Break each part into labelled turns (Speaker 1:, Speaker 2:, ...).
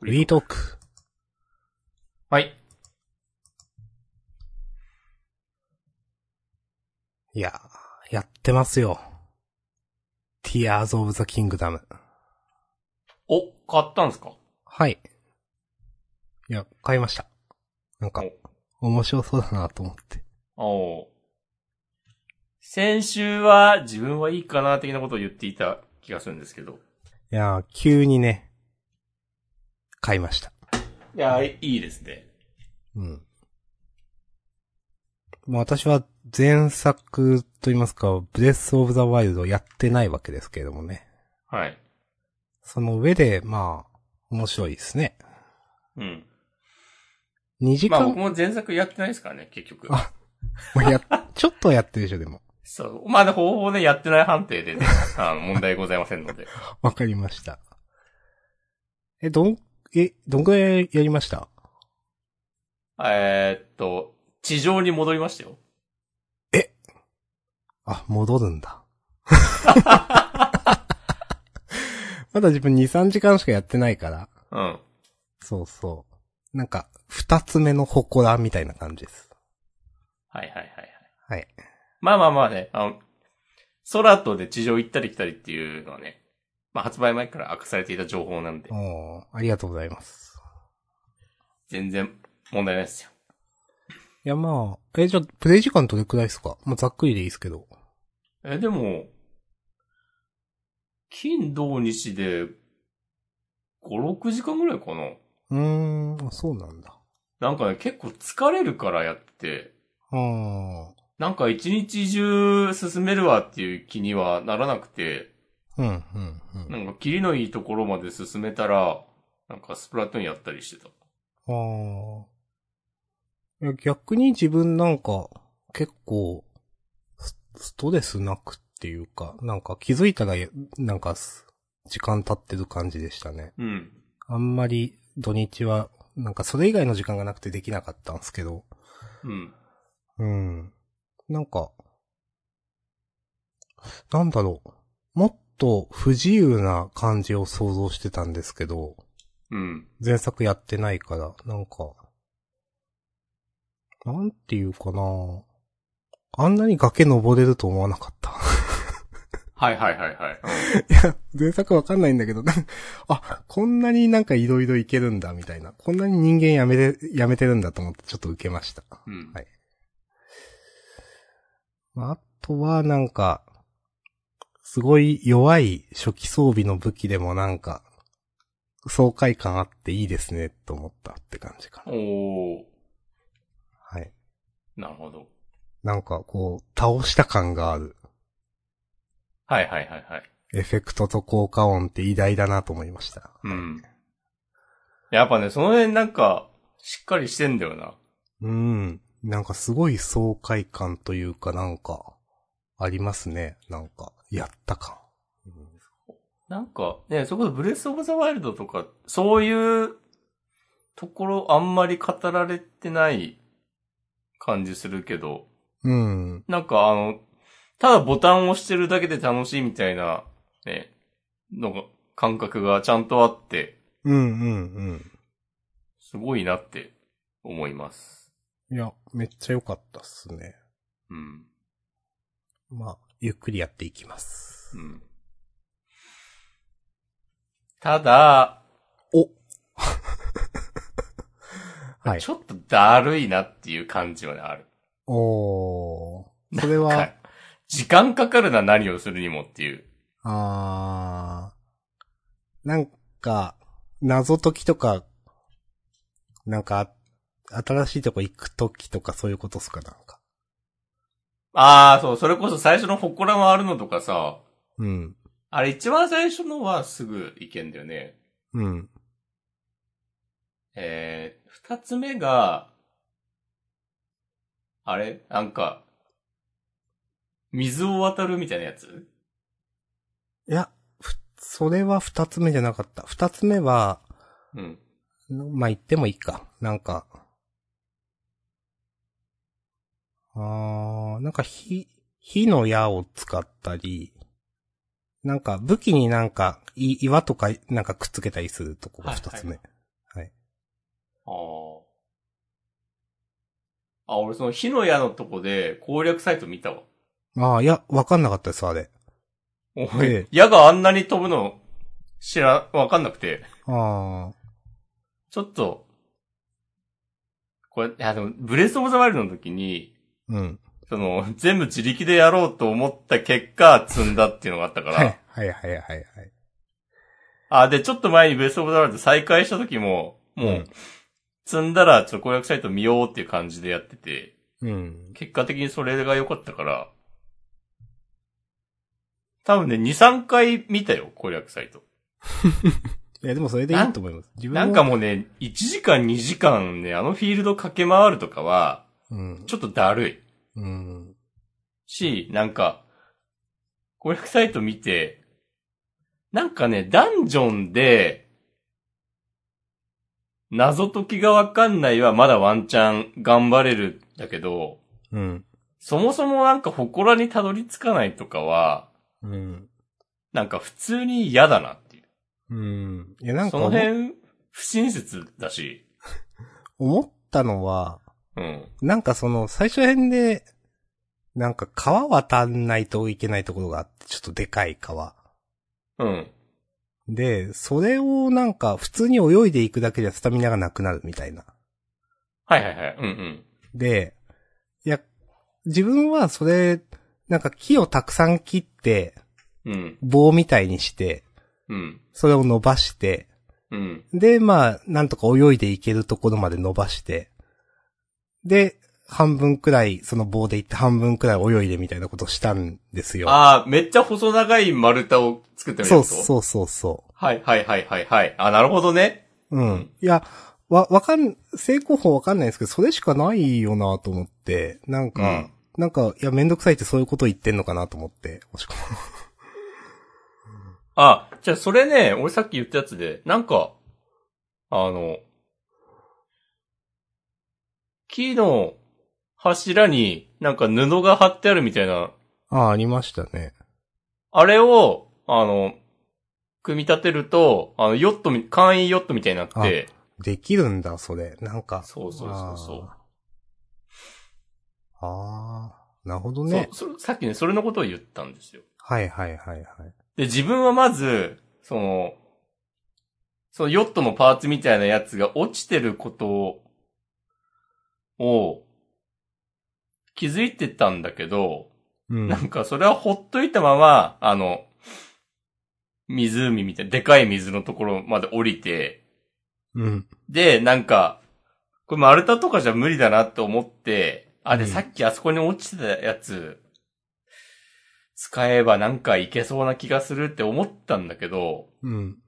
Speaker 1: フリートーク。
Speaker 2: はい。
Speaker 1: いや、やってますよ。Tears of the Kingdom。
Speaker 2: お、買ったんすか
Speaker 1: はい。いや、買いました。なんか、面白そうだなと思って。
Speaker 2: おう先週は自分はいいかな的なことを言っていた気がするんですけど。
Speaker 1: いやー、急にね、買いました。
Speaker 2: いや、いいですね。
Speaker 1: うん。まあ私は前作と言いますか、ブレスオブザワイルドをやってないわけですけれどもね。
Speaker 2: はい。
Speaker 1: その上で、まあ、面白いですね。
Speaker 2: うん。
Speaker 1: 2時
Speaker 2: まあ
Speaker 1: 間、
Speaker 2: 僕も前作やってないですからね、結局。
Speaker 1: あまあや、ちょっとはやってるでしょ、でも。
Speaker 2: そう。まあ、方法でやってない判定でね、 あの問題ございませんので。
Speaker 1: わかりました。え、どん、え、どんぐらいやりました
Speaker 2: えーっと、地上に戻りましたよ。
Speaker 1: あ、戻るんだ。 まだ自分2、3時間しかやってないから。
Speaker 2: うん。
Speaker 1: そうそう。なんか、二つ目の祠みたいな感じです。
Speaker 2: はいはいはいは
Speaker 1: は
Speaker 2: い。
Speaker 1: い。
Speaker 2: まあまあまあね、あの、空とで地上行ったり来たりっていうのはね、まあ発売前から明かされていた情報なんで
Speaker 1: お、ーありがとうございます。
Speaker 2: 全然問題ないですよ。
Speaker 1: いや、まあ、え、じゃあ、プレイ時間どれくらいですかまあ、ざっくりでいいですけど。
Speaker 2: え、でも、金、土、日で、5、6時間ぐらいかな。
Speaker 1: うーん、あそうなんだ。
Speaker 2: なんかね、結構疲れるからやって、
Speaker 1: あー、
Speaker 2: なんか一日中進めるわっていう気にはならなくて、
Speaker 1: うん、うん、うん。
Speaker 2: なんか切りのいいところまで進めたら、なんかスプラトゥーンやったりしてた。
Speaker 1: あーいや逆に自分なんか、結構ス、ストレスなくっていうか、なんか気づいたらや、なんかす、時間経ってる感じでしたね。
Speaker 2: うん。
Speaker 1: あんまり土日は、なんかそれ以外の時間がなくてできなかったんですけど、
Speaker 2: うん。
Speaker 1: うん。なんか、なんだろう。もっと不自由な感じを想像してたんですけど、
Speaker 2: うん。
Speaker 1: 前作やってないから、なんか、なんていうかなあんなに崖登れると思わなかった。
Speaker 2: はいはいはいはい。
Speaker 1: いや、前作わかんないんだけど、 なんかあ、こんなになんかいろいろいけるんだ、みたいな。こんなに人間やめて、やめてるんだと思ってちょっと受けました。
Speaker 2: うん。
Speaker 1: はいまあ、あとはなんか、すごい弱い初期装備の武器でもなんか、爽快感あっていいですね、と思ったって感じかな。
Speaker 2: おー。
Speaker 1: はい。
Speaker 2: なるほど。
Speaker 1: なんかこう、倒した感がある。
Speaker 2: はいはいはいはい。
Speaker 1: エフェクトと効果音って偉大だなと思いました。
Speaker 2: うん。やっぱね、その辺なんか、しっかりしてんだよな。
Speaker 1: うん。なんかすごい爽快感というかなんか、ありますね。なんか、やった感。
Speaker 2: なんか、ね、そこでブレスオブザワイルドとか、そういうところあんまり語られてない感じするけど、
Speaker 1: うん。
Speaker 2: なんかあの、ただボタンを押してるだけで楽しいみたいな、ね、のが、感覚がちゃんとあって、
Speaker 1: うんうん
Speaker 2: すごいなって思います。
Speaker 1: うん。いや、めっちゃ良かったっすね。
Speaker 2: うん。
Speaker 1: まあ、ゆっくりやっていきます
Speaker 2: う。ん。ただ、
Speaker 1: おはい
Speaker 2: ち。ょっとだるいなっていう感じはね、ある。
Speaker 1: おー。それ
Speaker 2: は、
Speaker 1: はい
Speaker 2: 時間かかるな、何をするにもっていう。
Speaker 1: あー、なんか、謎解きとか、なんか、新しいとこ行くときとかそういうことっすかなんか。
Speaker 2: ああ、そう、それこそ最初の祠回るのとかさ、
Speaker 1: うん。
Speaker 2: あれ一番最初のはすぐ行けんだよね。
Speaker 1: うん。
Speaker 2: えー、二つ目が、あれなんか、水を渡るみたいなやつ
Speaker 1: いや、ふ、それは二つ目じゃなかった。二つ目は、
Speaker 2: うん。
Speaker 1: まあ、言ってもいいか。なんか、あー、なんか火、火の矢を使ったり、なんか武器になんかい岩とかなんかくっつけたりするとこが二つ目。
Speaker 2: ああ。あ、俺その火の矢のとこで攻略サイト見たわ。
Speaker 1: ああ、いや、わかんなかったです、あれ。
Speaker 2: おい、
Speaker 1: ええ
Speaker 2: 矢があんなに飛ぶの知ら、わかんなくて。
Speaker 1: ああ、
Speaker 2: ちょっと、これ、いやでも、ブレスオブザワイルドの時に、
Speaker 1: うん。
Speaker 2: その、全部自力でやろうと思った結果、積んだっていうのがあったか
Speaker 1: は
Speaker 2: ら
Speaker 1: い。、はい、はい、はい、はい。
Speaker 2: あ、で、ちょっと前にブレスオブザワイルド再開した時も、も
Speaker 1: うん
Speaker 2: う、積んだら、ちょっと攻略サイト見ようっていう感じでやってて、
Speaker 1: うん。
Speaker 2: 結果的にそれが良かったから、多分ね、2、3回見たよ、攻略サイト。
Speaker 1: いや、でもそれでいいと思います。自分も
Speaker 2: なんかもうね、1時間2時間ね、あのフィールド駆け回るとかは、
Speaker 1: うん。
Speaker 2: ちょっとだるい。
Speaker 1: うん。
Speaker 2: し、なんか、攻略サイト見て、なんかね、ダンジョンで、謎解きがわかんないはまだワンチャン頑張れるんだけど、
Speaker 1: うん。
Speaker 2: そもそもなんか祠にたどり着かないとかは、
Speaker 1: うん。
Speaker 2: なんか普通に嫌だなっていう。
Speaker 1: うん。いや、なんか
Speaker 2: その
Speaker 1: 思、
Speaker 2: 辺、不親切だし、
Speaker 1: 思ったのは、
Speaker 2: うん。
Speaker 1: なんかその、最初辺で、なんか川渡んないといけないところがあって、ちょっとでかい川。
Speaker 2: うん。
Speaker 1: で、それをなんか、普通に泳いでいくだけじゃスタミナがなくなるみたいな。
Speaker 2: はいはいはい。うんうん。
Speaker 1: で、いや、自分はそれ、なんか木をたくさん切って、
Speaker 2: うん。
Speaker 1: 棒みたいにして、
Speaker 2: うん。
Speaker 1: それを伸ばして、
Speaker 2: うん。
Speaker 1: で、まあ、なんとか泳いでいけるところまで伸ばして、で、半分くらい、その棒で行って半分くらい泳いでみたいなことをしたんですよ。
Speaker 2: ああ、めっちゃ細長い丸太を作ってみる
Speaker 1: そう
Speaker 2: と
Speaker 1: そうそうそ
Speaker 2: はいはいはいはいはい。あ、なるほどね。
Speaker 1: う。うん。いや、わ、わかん、成功法わかんないですけど、それしかないよなと思って、なんか、なんか、いや、めんどくさいってそういうこと言ってんのかなと思って、押し込ま
Speaker 2: あ、じゃあそれね、俺さっき言ったやつで、なんか、あの、木の柱になんか布が貼ってあるみたいな、
Speaker 1: ああ、ありましたね。
Speaker 2: あれを、あの、組み立てると、あの、ヨットみ、簡易ヨットみたいになって、
Speaker 1: できるんだ、それ。なんか。
Speaker 2: そうそうそうそう。
Speaker 1: あーあー、なるほどね。
Speaker 2: そうそれさっきね、それのことを言ったんですよ。
Speaker 1: はいはいはいはい。
Speaker 2: で、自分はまず、その、そのヨットのパーツみたいなやつが落ちてることを、を気づいてたんだけど、
Speaker 1: うん。
Speaker 2: なんかそれはほっといたまま、あの、湖みたいな、でかい水のところまで降りて、
Speaker 1: うん。
Speaker 2: で、なんか、これ丸太とかじゃ無理だなと思って、あ、で、
Speaker 1: うん
Speaker 2: さっきあそこに落ちてたやつ、使えばなんかいけそうな気がするって思ったんだけど、
Speaker 1: うん。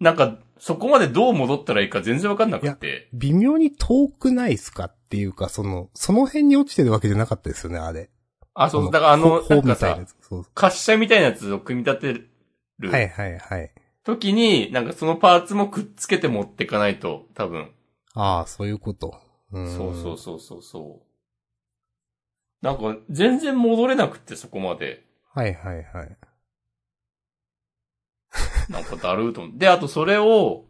Speaker 2: なんか、そこまでどう戻ったらいいか全然わかんなくて。
Speaker 1: 微妙に遠くないっすかっていうか、その、その辺に落ちてるわけじゃなかったですよね、あれ。
Speaker 2: あ、そう、だからあの、
Speaker 1: ほほ
Speaker 2: なんか
Speaker 1: みたいな
Speaker 2: さ
Speaker 1: や、つ。そう
Speaker 2: 滑車みたいなやつを組み立て
Speaker 1: は
Speaker 2: る
Speaker 1: いはいはい。
Speaker 2: 時に、なんかそのパーツもくっつけて持っていかないと、多分。
Speaker 1: ああ、そういうこと。うん。
Speaker 2: そうそうそうそうそう。なんか、全然戻れなくて、そこまで。
Speaker 1: はいはいはい。
Speaker 2: なんかだるーと思う。で、あとそれを、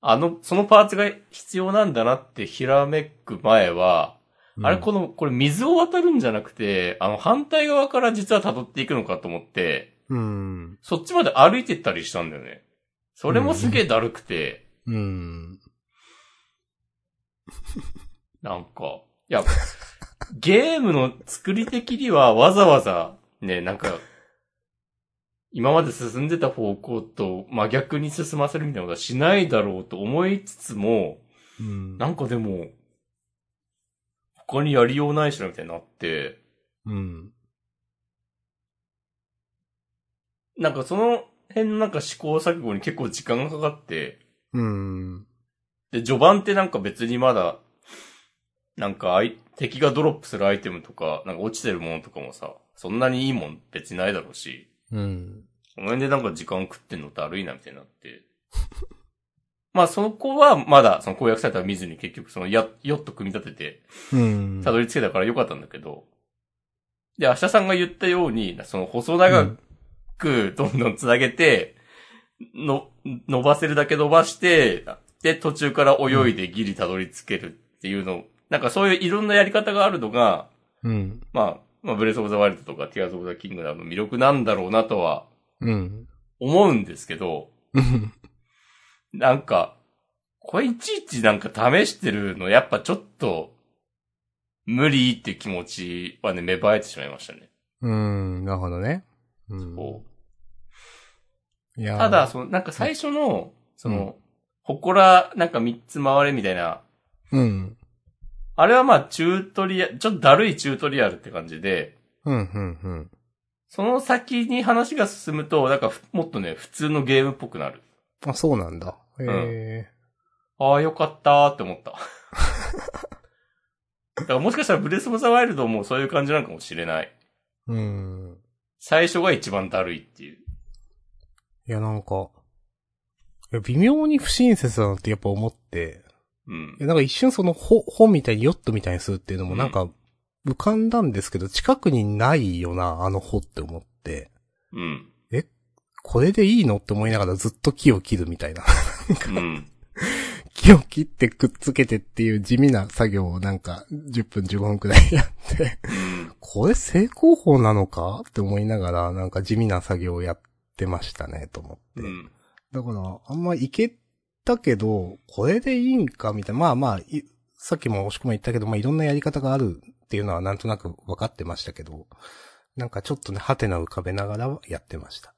Speaker 2: あの、そのパーツが必要なんだなってひらめく前は、
Speaker 1: うん
Speaker 2: あれこの、これ水を渡るんじゃなくて、あの反対側から実は辿っていくのかと思って、
Speaker 1: うん。
Speaker 2: そっちまで歩いてったりしたんだよね。それもすげえだるくて、
Speaker 1: うん。
Speaker 2: なんか、いや、ゲームの作り的にはわざわざ、ね、なんか、今まで進んでた方向と真逆に進ませるみたいなことはしないだろうと思いつつも、
Speaker 1: うん。
Speaker 2: なんかでも、他にやりようないしなみたいになって、
Speaker 1: うん。
Speaker 2: なんかその辺のなんか試行錯誤に結構時間がかかって、
Speaker 1: うん。
Speaker 2: で、序盤ってなんか別にまだ、なんかあい敵がドロップするアイテムとか、なんか落ちてるものとかもさ、そんなにいいもん別にないだろうし、
Speaker 1: うん。
Speaker 2: その辺でなんか時間食ってんのだるいなみたいになって。まあそこはまだその公約サイトは見ずに結局そのや、ヨット組み立てて、
Speaker 1: うん。
Speaker 2: たどり着けたから良かったんだけど。で、明日さんが言ったように、その細長くどんどんつなげて、の、伸ばせるだけ伸ばして、で、途中から泳いでギリたどり着けるっていうの、なんかそういういろんなやり方があるのが、
Speaker 1: うん。
Speaker 2: まあ、まあ、ブレスオブザワイルドとかティアーズオブザキングダムの魅力なんだろうなとは
Speaker 1: うん。
Speaker 2: 思うんですけど、
Speaker 1: うん。
Speaker 2: なんか、これいちいちなんか試してるの、やっぱちょっと、無理っていう気持ちはね、芽生えてしまいましたね。
Speaker 1: うん。なるほどね。うん。
Speaker 2: こう
Speaker 1: いやー
Speaker 2: ただ、、その、なんか最初の、その、祠、なんか三つ回れみたいな、
Speaker 1: うん。
Speaker 2: あれはまあ、チュートリアル、ちょっとだるいチュートリアルって感じで、
Speaker 1: うん、うん、うん。
Speaker 2: その先に話が進むと、なんかふもっとね、普通のゲームっぽくなる。
Speaker 1: あ、そうなんだ。へえ。
Speaker 2: ああ、よかったーって 思った。だからもしかしたらブレス・オブ・ザ・ワイルドもそういう感じなのかもしれない。
Speaker 1: うん。
Speaker 2: 最初が一番だるいっていう。
Speaker 1: いや、なんか、いや微妙に不親切だなってやっぱ思って、
Speaker 2: うん
Speaker 1: い。や、なんか一瞬そのほ本みたいにヨットみたいにするっていうの
Speaker 2: う
Speaker 1: も
Speaker 2: ん
Speaker 1: なんか浮かんだんですけど、近くにないよな、あの穂って思って、
Speaker 2: うん。
Speaker 1: これでいいのって思いながらずっと木を切るみたいな。
Speaker 2: うん。
Speaker 1: 木を切ってくっつけてっていう地味な作業をなんか10分15分くらいやって、
Speaker 2: うん
Speaker 1: これ成功法なのかって思いながらなんか地味な作業をやってましたね、と思って。
Speaker 2: うん。
Speaker 1: だから、あんまいけたけど、これでいいんかみたいな。まあまあ、いさっきも押し込み言ったけど、まあいろんなやり方があるっていうのはなんとなく分かってましたけど、なんかちょっとね、ハテナ浮かべながらやってました。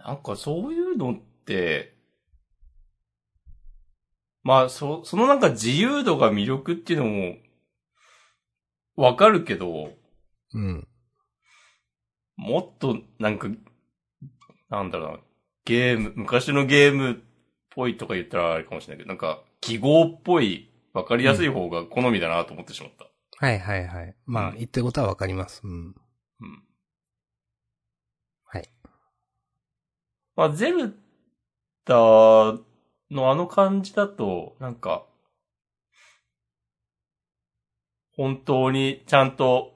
Speaker 2: なんかそういうのって、まあ、そ、そのなんか自由度が魅力っていうのも、わかるけど、
Speaker 1: うん。
Speaker 2: もっとなんか、なんだろうな、ゲーム、昔のゲームっぽいとか言ったらあれかもしれないけど、なんか記号っぽい、わかりやすい方が好みだなと思ってしまった。
Speaker 1: はいはいはい。まあ、言ってることは分かります。うん。
Speaker 2: うん。
Speaker 1: はい。
Speaker 2: まあ、ゼルダのあの感じだと、なんか、本当にちゃんと、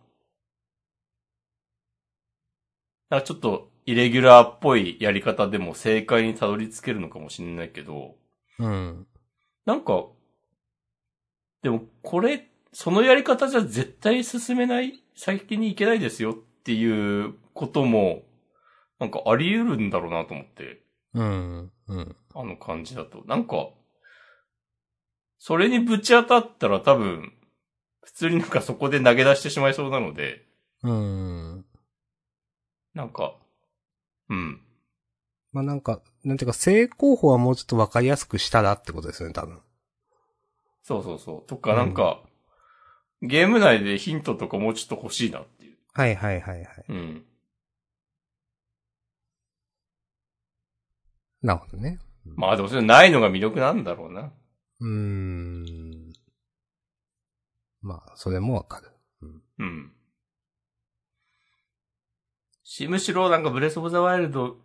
Speaker 2: なんかちょっとイレギュラーっぽいやり方でも正解にたどり着けるのかもしれないけど、
Speaker 1: うん。
Speaker 2: なんか、でもこれ、そのやり方じゃ絶対進めない、先に行けないですよっていうことも、なんかあり得るんだろうなと思って、
Speaker 1: うん。うん。
Speaker 2: あの感じだと。なんか、それにぶち当たったら多分、普通になんかそこで投げ出してしまいそうなので、
Speaker 1: うん。
Speaker 2: なんか、うん。
Speaker 1: まあなんか、なんていうか、成功法はもうちょっと分かりやすくしたらってことですよね、多分。
Speaker 2: そうそうそう。とかなんか、ゲーム内でヒントとかもうちょっと欲しいなっていう。
Speaker 1: はいはいはいはい。
Speaker 2: うん。
Speaker 1: なるほどね。
Speaker 2: まあでもそれないのが魅力なんだろうな。
Speaker 1: うーん。まあ、それも分かる。
Speaker 2: うん。し、むしろなんかブレスオブザワイルド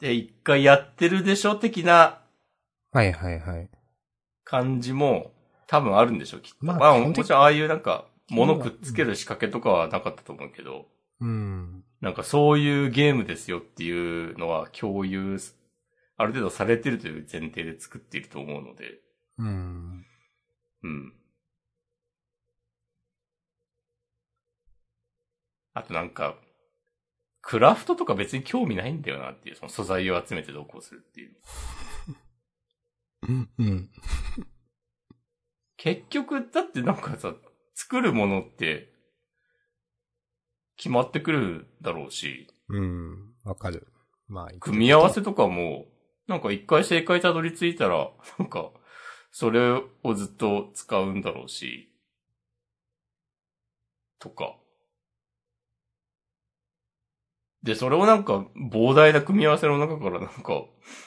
Speaker 2: で一回やってるでしょ的な
Speaker 1: はいはいはい。
Speaker 2: 感じも多分あるんでしょ、きっと。
Speaker 1: ま
Speaker 2: ま
Speaker 1: あ
Speaker 2: あ、
Speaker 1: 基
Speaker 2: も
Speaker 1: 本的
Speaker 2: ちろんああいうなんか物くっつける仕掛けとかはなかったと思うけど、
Speaker 1: うん。
Speaker 2: なんかそういうゲームですよっていうのは共有す、ある程度されてるという前提で作っていると思うので、
Speaker 1: うん。
Speaker 2: うん。あとなんか、クラフトとか別に興味ないんだよなっていう、その素材を集めてどうこうするっていう。
Speaker 1: うん。
Speaker 2: 結局、だってなんかさ、作るものって、決まってくるだろうし、
Speaker 1: うん。わかる。まあ、
Speaker 2: 組み合わせとかも、なんか一回正解たどり着いたら、なんか、それをずっと使うんだろうし、とか。で、それをなんか、膨大な組み合わせの中からなんか、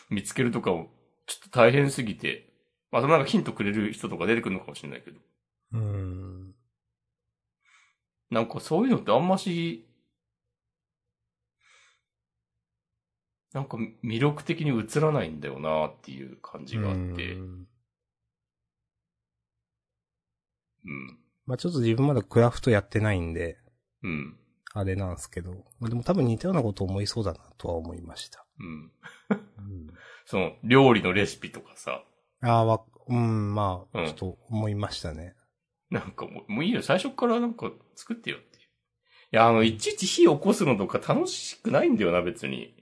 Speaker 2: 見つけるとかも、ちょっと大変すぎて、まあ、そのなんかヒントくれる人とか出てくるのかもしれないけど、
Speaker 1: うん。
Speaker 2: なんかそういうのってあんまし、なんか魅力的に映らないんだよなっていう感じがあって、うん。
Speaker 1: うんまあ、ちょっと自分まだクラフトやってないんで、
Speaker 2: うん。
Speaker 1: あれなんですけど。まあ、でも多分似たようなこと思いそうだなとは思いました。
Speaker 2: うん。その、料理のレシピとかさ、
Speaker 1: ああ、わ、うん、ま
Speaker 2: う
Speaker 1: あ、
Speaker 2: ん
Speaker 1: ちょっと思いましたね。
Speaker 2: なんかもう、もういいよ、最初からなんか作ってよっていう。いや、あの、いちいち火起こすのとか楽しくないんだよな、別に。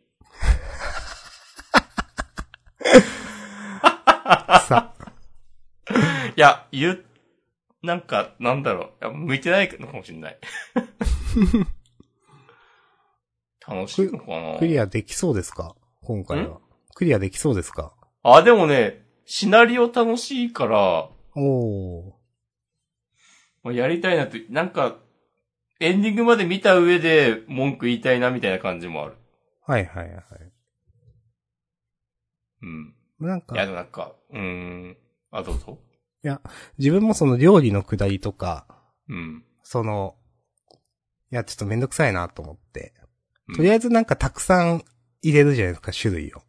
Speaker 1: さ、
Speaker 2: いや、言う、なんか、なんだろう。いや向いてないのかもしれ ない。楽しいのかな
Speaker 1: クリアできそうですか今回は
Speaker 2: ん。
Speaker 1: クリアできそうですか
Speaker 2: あ、でもね、シナリオ楽しいから、
Speaker 1: おお
Speaker 2: まあ、やりたいなと、なんか、エンディングまで見た上で文句言いたいなみたいな感じもある。
Speaker 1: ー。はいはいはい。
Speaker 2: うん。
Speaker 1: なん
Speaker 2: いや、
Speaker 1: か
Speaker 2: で、もなんか、うーん。あ、どうぞ。
Speaker 1: 自分もその料理のくだりとか、
Speaker 2: うん。
Speaker 1: その、いや、ちょっとめんどくさいなと思って
Speaker 2: うん。
Speaker 1: とりあえずなんかたくさん入れるじゃないですか、種類を。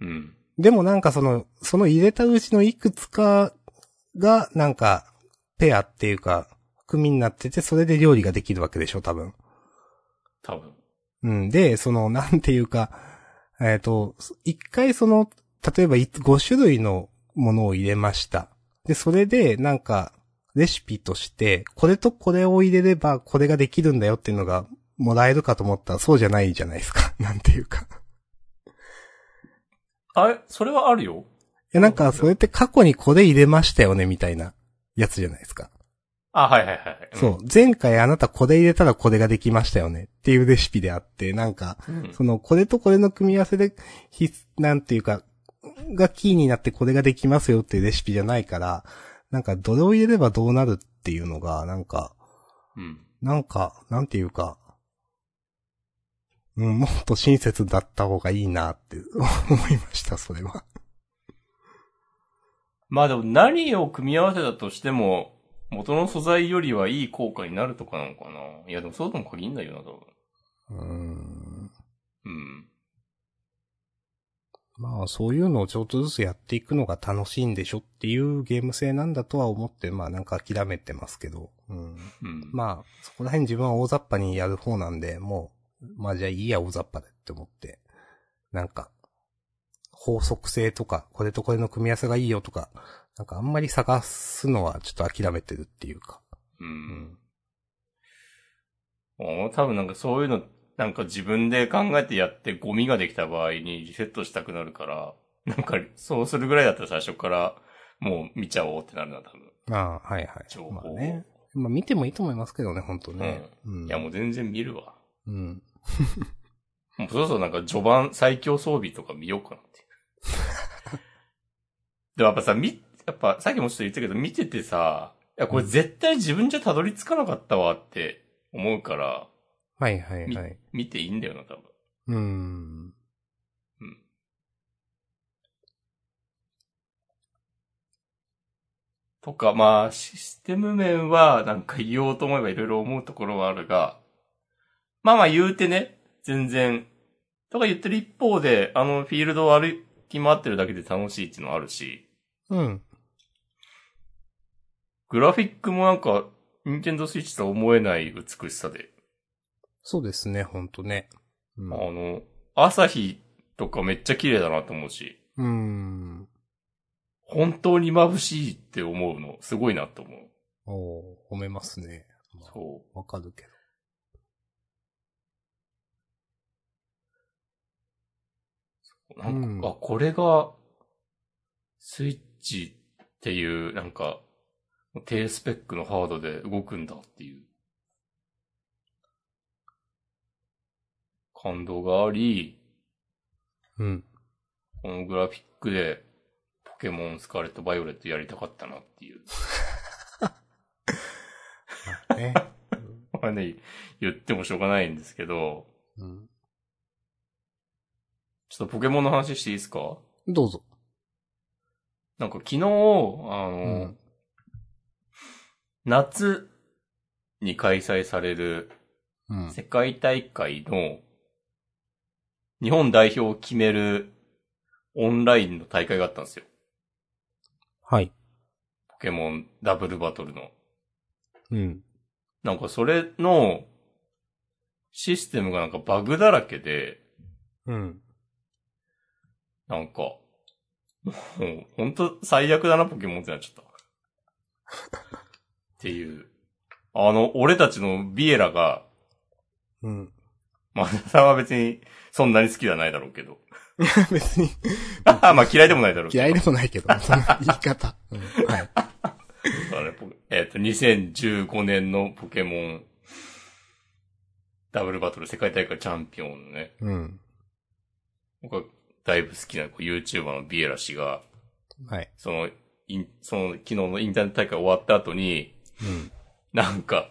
Speaker 2: うん。
Speaker 1: でもなんかその、その入れたうちのいくつかが、なんか、ペアっていうか、組になってて、それで料理ができるわけでしょ、多分。
Speaker 2: 多分。
Speaker 1: うん。で、その、なんていうか、えっ、と、一回その、例えばい5種類のものを入れました。で、それで、なんか、レシピとして、これとこれを入れれば、これができるんだよっていうのが、もらえるかと思ったら、そうじゃないじゃないですか。 なんていうか。
Speaker 2: あれそれはあるよ。
Speaker 1: いや、なんか、それって過去にこれ入れましたよね、みたいな、やつじゃないですか。
Speaker 2: あ、はいはいはい。
Speaker 1: そう。前回あなたこれ入れたらこれができましたよねっていうレシピであって、なんか、
Speaker 2: うん。うん。
Speaker 1: その、これとこれの組み合わせで、ひ、なんていうか、がキーになってこれができますよっていうレシピじゃないから、なんか、どれを入れればどうなるっていうのが、なんか、
Speaker 2: うん。
Speaker 1: なんか、なんていうか、うん、もっと親切だった方がいいなって思いました、それは。
Speaker 2: まあでも何を組み合わせたとしても、元の素材よりはいい効果になるとかなのかな。いやでもそうとも限んないよな、多分。
Speaker 1: うーん。
Speaker 2: うん。
Speaker 1: まあ、そういうのをちょっとずつやっていくのが楽しいんでしょっていうゲーム性なんだとは思って、まあなんか諦めてますけど。うん。
Speaker 2: うん。
Speaker 1: まあ、そこら辺自分は大雑把にやる方なんで、もう、まあじゃあいいや大雑把でって思って、なんか、法則性とか、これとこれの組み合わせがいいよとか、なんかあんまり探すのはちょっと諦めてるっていうか。
Speaker 2: うん。もう多分なんかそういうの、なんか自分で考えてやってゴミができた場合にリセットしたくなるから、なんかそうするぐらいだったら最初からもう見ちゃおうってなるな、多分。
Speaker 1: ああ、はいはい。
Speaker 2: 情報
Speaker 1: まあね。まあ見てもいいと思いますけどね、本当ね。うん。
Speaker 2: いやもう全然見るわ。
Speaker 1: うん。
Speaker 2: もうそろそろなんか序盤最強装備とか見ようかなっていう。 でもやっぱさ、み、やっぱさっきもちょっと言ったけど見ててさ、いやこれ絶対自分じゃたどり着かなかったわって思うから、
Speaker 1: はいはい
Speaker 2: み
Speaker 1: はい。
Speaker 2: 見ていいんだよな、多分。
Speaker 1: うん。
Speaker 2: うん。とか、まあ、システム面は、なんか言おうと思えばいろいろ思うところはあるが、まあまあ言うてね、全然、とか言ってる一方で、あの、フィールドを歩き回ってるだけで楽しいっていうのはあるし、
Speaker 1: うん。
Speaker 2: グラフィックもなんか、ニンテンドースイッチとは思えない美しさで、
Speaker 1: そうですね、本当ね。う
Speaker 2: あ
Speaker 1: ん
Speaker 2: の、朝日とかめっちゃ綺麗だなと思うし、
Speaker 1: うん。
Speaker 2: 本当に眩しいって思うの、すごいなと思う。
Speaker 1: おー褒めますね。まあ
Speaker 2: そ
Speaker 1: わかるけど。
Speaker 2: う。なんか、
Speaker 1: うん
Speaker 2: あ、これが、スイッチっていう、なんか、低スペックのハードで動くんだっていう。感動があり、
Speaker 1: うん。
Speaker 2: このグラフィックで、ポケモンスカーレット・バイオレットやりたかったなっていう。
Speaker 1: ね。
Speaker 2: まあね、言ってもしょうがないんですけど、
Speaker 1: うん
Speaker 2: ちょっとポケモンの話していいですか
Speaker 1: どうぞ。
Speaker 2: なんか昨日、あの、
Speaker 1: うん
Speaker 2: 夏に開催される
Speaker 1: うん。
Speaker 2: 世界大会の日本代表を決めるオンラインの大会があったんですよ。
Speaker 1: はい。
Speaker 2: ポケモンダブルバトルの。
Speaker 1: うん。
Speaker 2: なんかそれのシステムがなんかバグだらけで、
Speaker 1: うん。
Speaker 2: なんかもう、ほんと最悪だな、ポケモンってなっちゃった。 っていう。あの、俺たちのビエラが、
Speaker 1: うん。
Speaker 2: まあ、 さんは別に、そんなに好きではないだろうけど。
Speaker 1: 別に
Speaker 2: まあ、嫌いでもないだろうけど。
Speaker 1: 嫌いでもないけど、 その言い方。うんはい。
Speaker 2: そうだねポケえっ、と、2015年のポケモン、ダブルバトル世界大会チャンピオンのね、
Speaker 1: うん。
Speaker 2: 僕はだいぶ好きなこう YouTuber のビエラ氏が、
Speaker 1: はい。
Speaker 2: その、インその、昨日のインターネット大会終わった後に、なんか、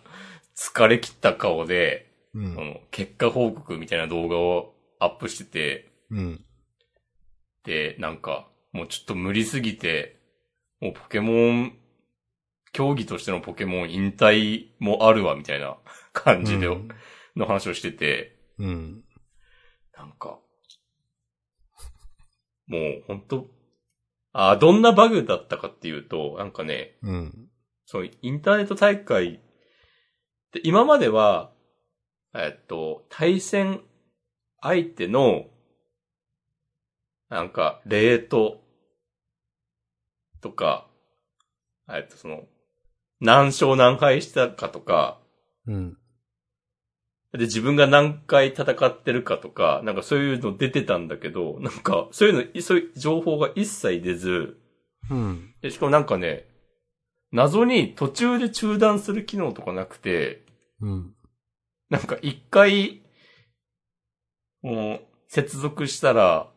Speaker 2: 疲れ切った顔で、
Speaker 1: うん。う
Speaker 2: そ
Speaker 1: ん。
Speaker 2: の、結果報告みたいな動画をアップしてて、
Speaker 1: うん。
Speaker 2: で、なんか、もうちょっと無理すぎて、もうポケモン、競技としてのポケモン引退もあるわ、みたいな感じで、
Speaker 1: うん
Speaker 2: の話をしてて、
Speaker 1: うん。
Speaker 2: なんか、もうほんと、あー、どんなバグだったかっていうと、なんかね、
Speaker 1: うん。
Speaker 2: そう、インターネット大会で、今までは、えっと、対戦相手の、なんか、レートとか、えっと、その、何勝何敗したかとか、
Speaker 1: うん。
Speaker 2: で、自分が何回戦ってるかとか、なんかそういうの出てたんだけど、なんか、そういうの、そういう情報が一切出ず、
Speaker 1: うん。
Speaker 2: で、しかもなんかね、謎に途中で中断する機能とかなくて、
Speaker 1: うん。
Speaker 2: なんか一回、もう、接続したら、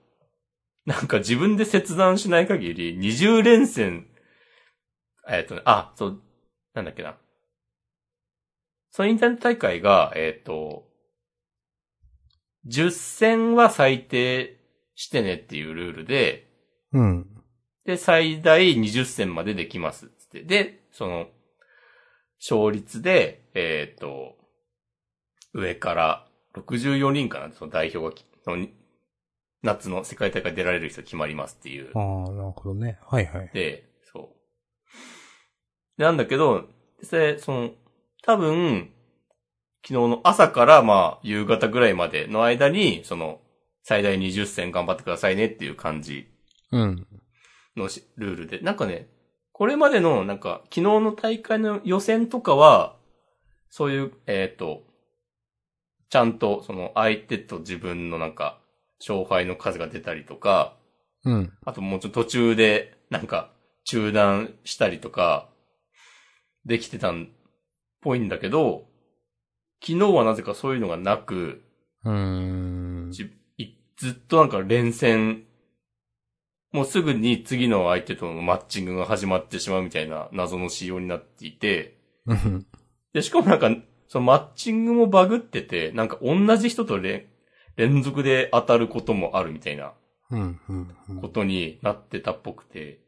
Speaker 2: なんか自分で切断しない限り、20連戦、えっ、とね、あ、そう、なんだっけな。そのインターネット大会が、えっ、と、10戦は最低してねっていうルールで、
Speaker 1: うん。
Speaker 2: で、最大20戦までできますっつって。で、その、勝率で、えっ、と、上から64人かな、その代表がき、その夏の世界大会出られる人決まりますっていう
Speaker 1: あ。あ、なるほどね。はいはい。
Speaker 2: で、そう。なんだけど、それ、その、多分、昨日の朝からまあ、夕方ぐらいまでの間に、その、最大20戦頑張ってくださいねっていう感じ
Speaker 1: うん。
Speaker 2: のしルールで。なんかね、これまでの、なんか、昨日の大会の予選とかは、そういう、えっ、と、ちゃんと、その、相手と自分のなんか、勝敗の数が出たりとか、
Speaker 1: うん。
Speaker 2: あともうちょっと途中で、なんか、中断したりとか、できてたん、ぽいんだけど、昨日はなぜかそういうのがなく、
Speaker 1: うーん。
Speaker 2: じいずっとなんか連戦、もうすぐに次の相手とのマッチングが始まってしまうみたいな謎の仕様になっていて、
Speaker 1: うん
Speaker 2: で、しかもなんか、そのマッチングもバグってて、なんか同じ人と連連続で当たることもあるみたいな
Speaker 1: うん。うん。
Speaker 2: ことになってたっぽくて。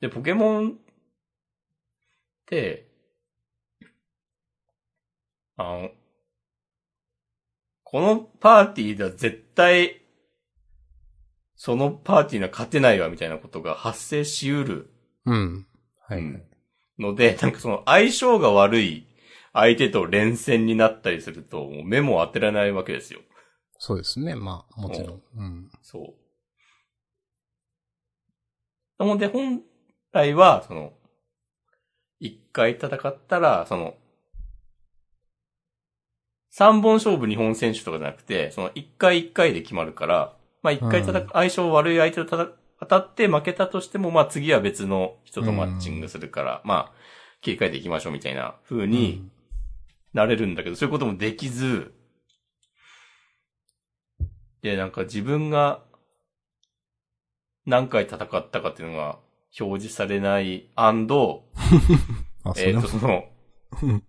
Speaker 2: で、ポケモンって、あの、このパーティーでは絶対、そのパーティーには勝てないわみたいなことが発生しうる
Speaker 1: うん。はい。
Speaker 2: ので、なんかその相性が悪い相手と連戦になったりすると、もう目も当てられないわけですよ。
Speaker 1: そうですね。まあ、もちろん。うん。
Speaker 2: そう。なので、本来は、その、一回戦ったら、その、三本勝負日本選手とかじゃなくて、その一回一回で決まるから、まあ一回戦、
Speaker 1: うん
Speaker 2: 相性悪い相手と戦当たって負けたとしても、まあ次は別の人とマッチングするから、まあ、切り替えていきましょうみたいな風になれるんだけど、そういうこともできず、で、なんか自分が何回戦ったかっていうのが表示されない、and、
Speaker 1: うん。あ、そ
Speaker 2: え
Speaker 1: れ
Speaker 2: っ、
Speaker 1: は
Speaker 2: と、その
Speaker 1: うん、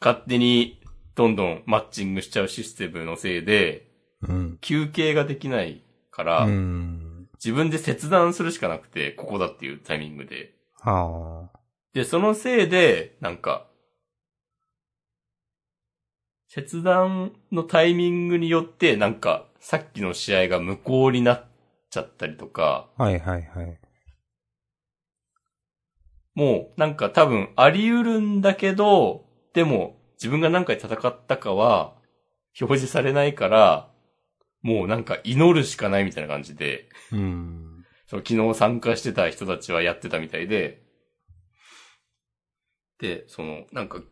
Speaker 2: 勝手にどんどんマッチングしちゃうシステムのせいで、
Speaker 1: うん。
Speaker 2: 休憩ができないから、
Speaker 1: うん。
Speaker 2: 自分で切断するしかなくて、ここだっていうタイミングで。
Speaker 1: はあ。
Speaker 2: で、そのせいで、なんか、切断のタイミングによって、なんか、さっきの試合が無効になっちゃったりとか、
Speaker 1: はいはいはい。
Speaker 2: もう、なんか多分あり得るんだけど、でも、自分が何回戦ったかは、表示されないから、もうなんか祈るしかないみたいな感じで、
Speaker 1: うん。
Speaker 2: その昨日参加してた人たちはやってたみたいで、で、その、なんか、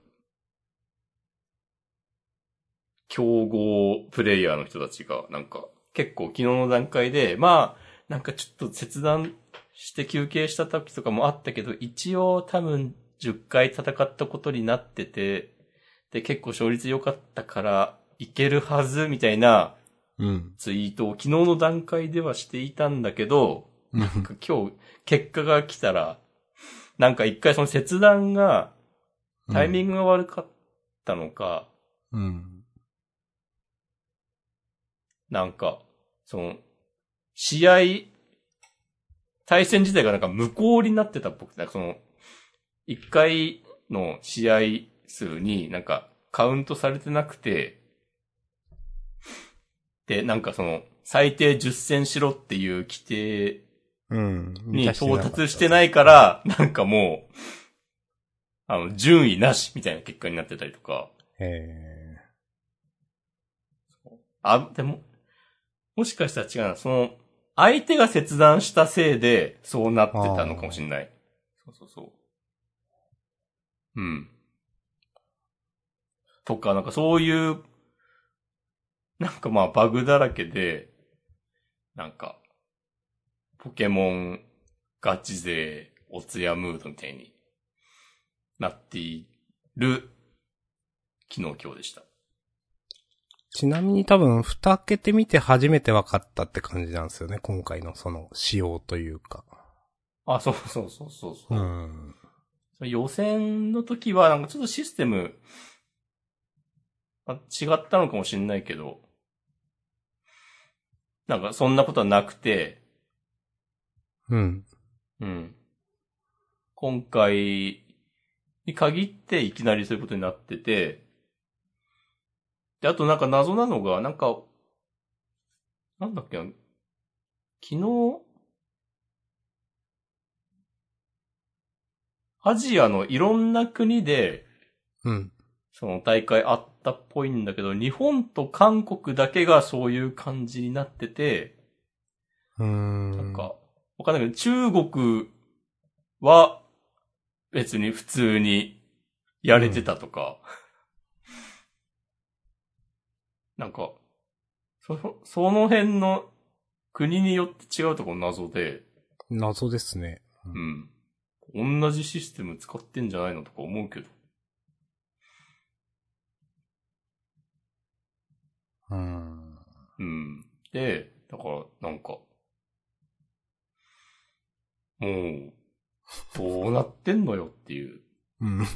Speaker 2: 競合プレイヤーの人たちが、なんか、結構昨日の段階で、まあ、なんかちょっと切断して休憩した時とかもあったけど、一応多分10回戦ったことになってて、で、結構勝率良かったから、いけるはず、みたいな
Speaker 1: うん。
Speaker 2: ツイートを昨日の段階ではしていたんだけど、
Speaker 1: うん
Speaker 2: なんか今日、結果が来たら、なんか一回その切断が、タイミングが悪かったのか、
Speaker 1: うん。
Speaker 2: なんか、その、試合、対戦自体がなんか無効になってたっぽくて、なんかその、一回の試合数になんかカウントされてなくて、で、なんかその、最低10戦しろっていう規定
Speaker 1: うん。
Speaker 2: に到達して
Speaker 1: い。
Speaker 2: ないから、なんかもう、あの、順位なしみたいな結果になってたりとか。
Speaker 1: ええ
Speaker 2: あ、でも、もしかしたら違うな。その、相手が切断したせいで、そうなってたのかもしれない。そうそうそう。うん。とか、なんかそういう、なんかまあバグだらけで、なんか、ポケモンガチ勢おつやムードみたいになっている昨日今日でした。
Speaker 1: ちなみに多分、蓋開けてみて初めて分かったって感じなんですよね。今回のその仕様というか。
Speaker 2: あ、そうそうそうそうそうう。
Speaker 1: ん。
Speaker 2: その予選の時は、なんかちょっとシステム、あ違ったのかもしれないけど、なんかそんなことはなくて、
Speaker 1: うん。
Speaker 2: うん。今回に限っていきなりそういうことになってて、で、あとなんか謎なのが、なんか、なんだっけな、昨日、アジアのいろんな国で、
Speaker 1: うん。
Speaker 2: その大会あったっぽいんだけど、日本と韓国だけがそういう感じになってて、
Speaker 1: うーん。
Speaker 2: なんか、わかんないけど、中国は別に普通にやれてた とか、なんか、その、その辺の国によって違うところ謎で、
Speaker 1: 謎ですね。
Speaker 2: うん。同じシステム使ってんじゃないのとか思うけど。
Speaker 1: うん。
Speaker 2: うん。で、だから、なんか、もう、どうなってんのよっていう。
Speaker 1: うん。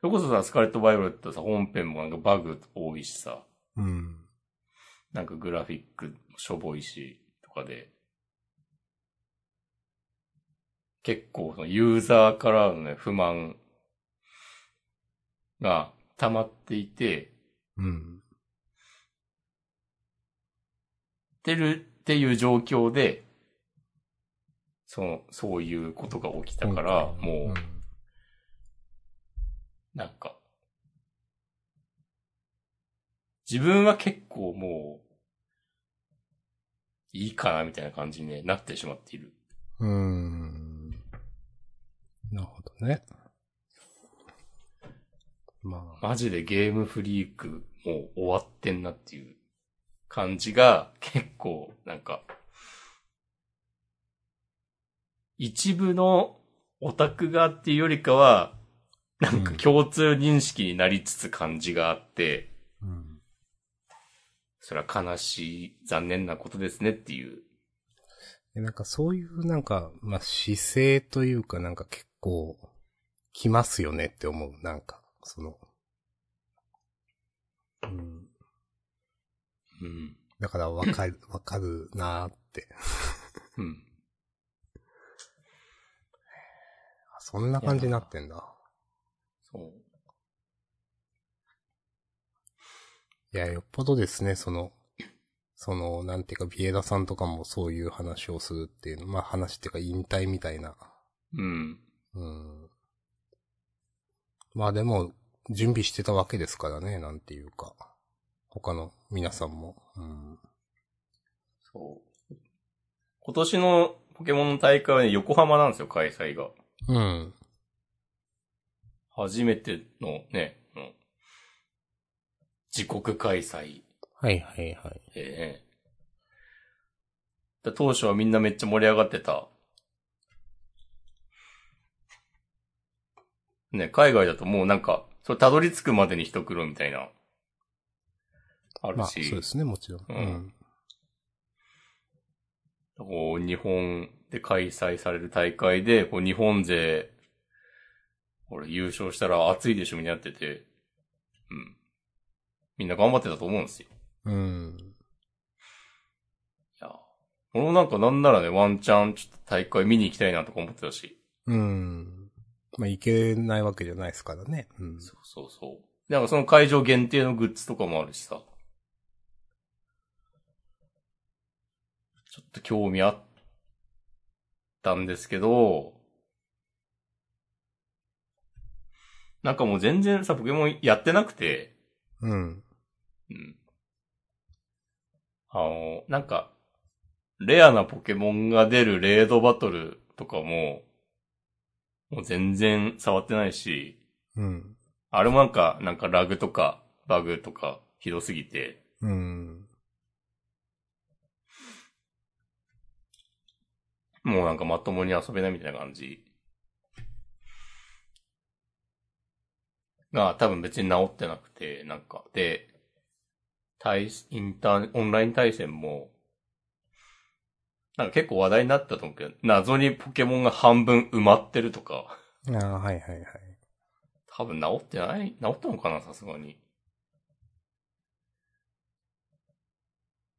Speaker 2: それこそさ、スカーレット・バイオレットさ、本編もなんかバグ多いしさ、
Speaker 1: うん。
Speaker 2: なんかグラフィックもしょぼいし、とかで、結構そのユーザーからのね、不満が溜まっていて、
Speaker 1: うん。
Speaker 2: ってるっていう状況で、その、そういうことが起きたから、
Speaker 1: 今回
Speaker 2: も
Speaker 1: ん
Speaker 2: う、なんか、自分は結構もう、いいかなみたいな感じにねなってしまっている。
Speaker 1: うーん。なるほどね。まあ。
Speaker 2: マジでゲームフリークもう終わってんなっていう感じが結構なんか一部のオタクがっていうよりかはなんか
Speaker 1: うん
Speaker 2: 共通認識になりつつ感じがあって、
Speaker 1: うん、
Speaker 2: それは悲しい残念なことですねっていう。
Speaker 1: でなんかそういうなんか、まあ姿勢というかなんか結構、来ますよねって思う。なんか、その。うん。
Speaker 2: うん。
Speaker 1: だからわか る、わかるなーって。
Speaker 2: うん。
Speaker 1: あそんな感じになってんだ。
Speaker 2: そう。
Speaker 1: いや、よっぽどですね、その、その、なんていうか、ビエダさんとかもそういう話をするっていうの、まあ話っていうか引退みたいな。
Speaker 2: うん。
Speaker 1: うん。まあでも、準備してたわけですからね、なんていうか。他の皆さんも。うん。
Speaker 2: そう。今年のポケモンの大会はね、横浜なんですよ、開催が。
Speaker 1: うん。
Speaker 2: 初めてのね、うん自国開催。
Speaker 1: はいはいはい。
Speaker 2: ええだ当初はみんなめっちゃ盛り上がってた。ね、海外だともうなんか、それたどり着くまでに人来るみたいな。ある
Speaker 1: まあ、そ
Speaker 2: し。
Speaker 1: うですね、もちろん。
Speaker 2: うん
Speaker 1: うん。
Speaker 2: こう、日本で開催される大会で、こう、日本勢、これ優勝したら熱いでしょ、みたいになってて、うん。みんな頑張ってたと思うんですよ。
Speaker 1: うん。
Speaker 2: いや、俺もなんかなんならね、ワンチャン、ちょっと大会見に行きたいなとか思ってたし。
Speaker 1: うん。まあ、いけないわけじゃないですからね。うん。
Speaker 2: そうそうそう。なんかその会場限定のグッズとかもあるしさ。ちょっと興味あったんですけど、なんかもう全然さ、ポケモンやってなくて、
Speaker 1: うん。
Speaker 2: うん。あの、なんか、レアなポケモンが出るレードバトルとかも、もう全然触ってないし、
Speaker 1: うん。
Speaker 2: あれもなんか、なんかラグとか、バグとか、ひどすぎて、
Speaker 1: うん。
Speaker 2: もうなんかまともに遊べないみたいな感じ。が、多分別に治ってなくて、なんか、で、対、インター、オンライン対戦も、なんか結構話題になったと思うけど、謎にポケモンが半分埋まってるとか、
Speaker 1: ああ、はいはいはい。
Speaker 2: 多分治ってない治ったのかなさすがに。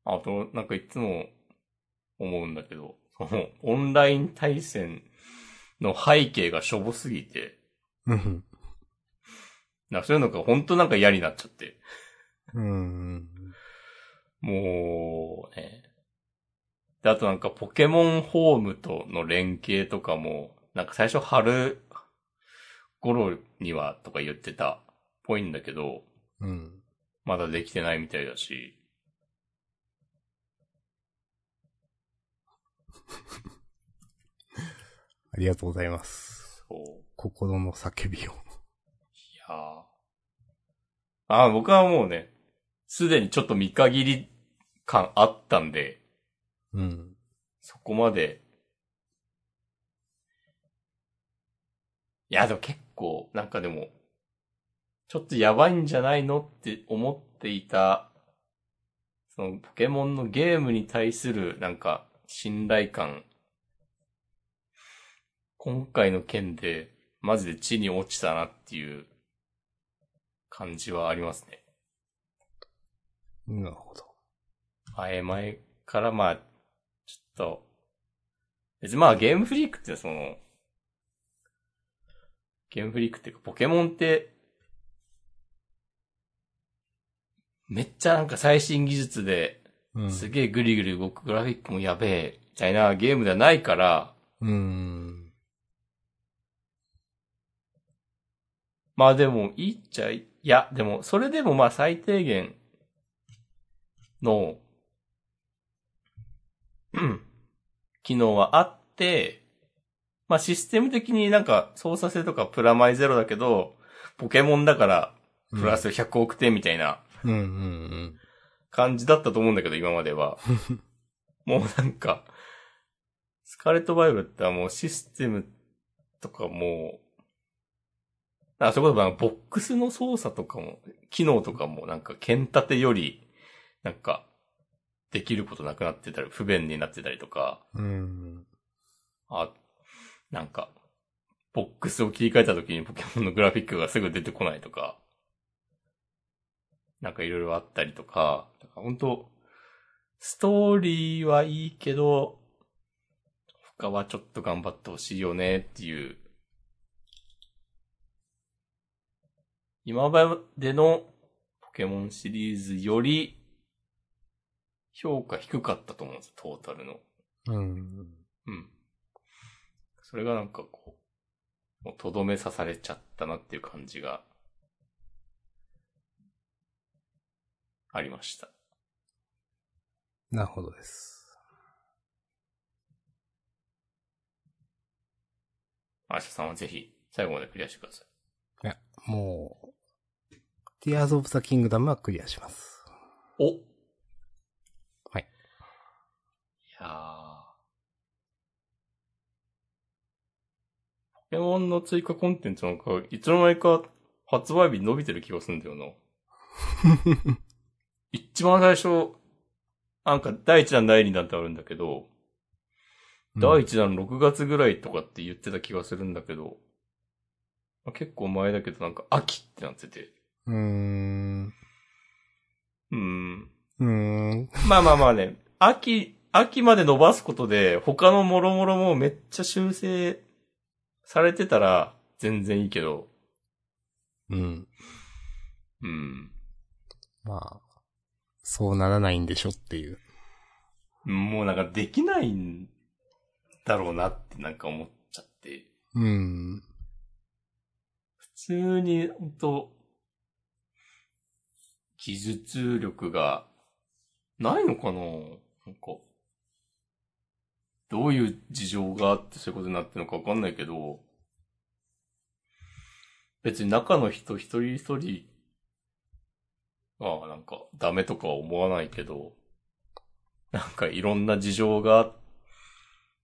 Speaker 2: あと、なんかいつも思うんだけど、そのオンライン対戦の背景がしょぼすぎて、
Speaker 1: うん。
Speaker 2: なんかそういうのが本当なんか嫌になっちゃって。
Speaker 1: うん。
Speaker 2: もう、ね。で、あとなんかポケモンホームとの連携とかも、なんか最初春頃にはとか言ってたっぽいんだけど、
Speaker 1: うん。
Speaker 2: まだできてないみたいだし。
Speaker 1: ありがとうございます。
Speaker 2: そう。
Speaker 1: 心の叫びを。
Speaker 2: いやーあー僕はもうね、すでにちょっと見限り感あったんで、
Speaker 1: うん。
Speaker 2: そこまで。いや、でも結構、なんかでも、ちょっとやばいんじゃないのって思っていた、そのポケモンのゲームに対するなんか信頼感。今回の件で、マジで地に落ちたなっていう感じはありますね。
Speaker 1: なるほど。
Speaker 2: 前々からまあ、ちょっと、別にまあゲームフリークってその、ゲームフリークっていうかポケモンって、めっちゃなんか最新技術で、
Speaker 1: うん。
Speaker 2: すげえグリグリ動くグラフィックもやべえ、みたいなゲームではないから、
Speaker 1: うん。
Speaker 2: まあでも、いいっちゃいい、いや、でも、それでもまあ最低限の、 うん機能はあって、まあシステム的になんか操作性とかプラマイゼロだけど、ポケモンだからプラス100億点みたいな
Speaker 1: うんうん
Speaker 2: 感じだったと思うんだけど、今までは。もうなんか、スカーレットバイオレットはもうシステムとかもう、あ、そういうことか、ボックスの操作とかも、機能とかもなんか剣立てより、なんか、できることなくなってたり、不便になってたりとか、
Speaker 1: うん。うん。
Speaker 2: あ、なんか、ボックスを切り替えた時にポケモンのグラフィックがすぐ出てこないとか、なんかいろいろあったりとか、だから本当ストーリーはいいけど、他はちょっと頑張ってほしいよねっていう、今までのポケモンシリーズより、評価低かったと思うんですよ、トータルの。
Speaker 1: うん。
Speaker 2: うん。それがなんかこう、もうとどめ刺されちゃったなっていう感じが、ありました。
Speaker 1: なるほどです。
Speaker 2: 明日さんはぜひ、最後までクリアしてください。
Speaker 1: もう、Tears of the Kingdom はクリアします。
Speaker 2: お
Speaker 1: はい。
Speaker 2: いやーポケモンの追加コンテンツなんか、いつの間にか発売日伸びてる気がするんだよ な。一番最初、なんか第1弾第2弾ってあるんだけど、第1弾6月ぐらいとかって言ってた気がするんだけど、まあ結構前だけどなんか秋ってなってて。
Speaker 1: うん。
Speaker 2: うーん。
Speaker 1: うーん。
Speaker 2: まあまあまあね、秋、秋まで伸ばすことで、他のもろもろもめっちゃ修正されてたら、全然いいけど、
Speaker 1: うん。
Speaker 2: うん。
Speaker 1: まあ、そうならないんでしょっていう。
Speaker 2: もうなんかできないんだろうなってなんか思っちゃって。
Speaker 1: うん。
Speaker 2: 普通に、ほんと、技術力がないのかななんか、どういう事情があってそういうことになってるのかわかんないけど、別に中の人一人一人、まあなんかダメとかは思わないけど、なんかいろんな事情が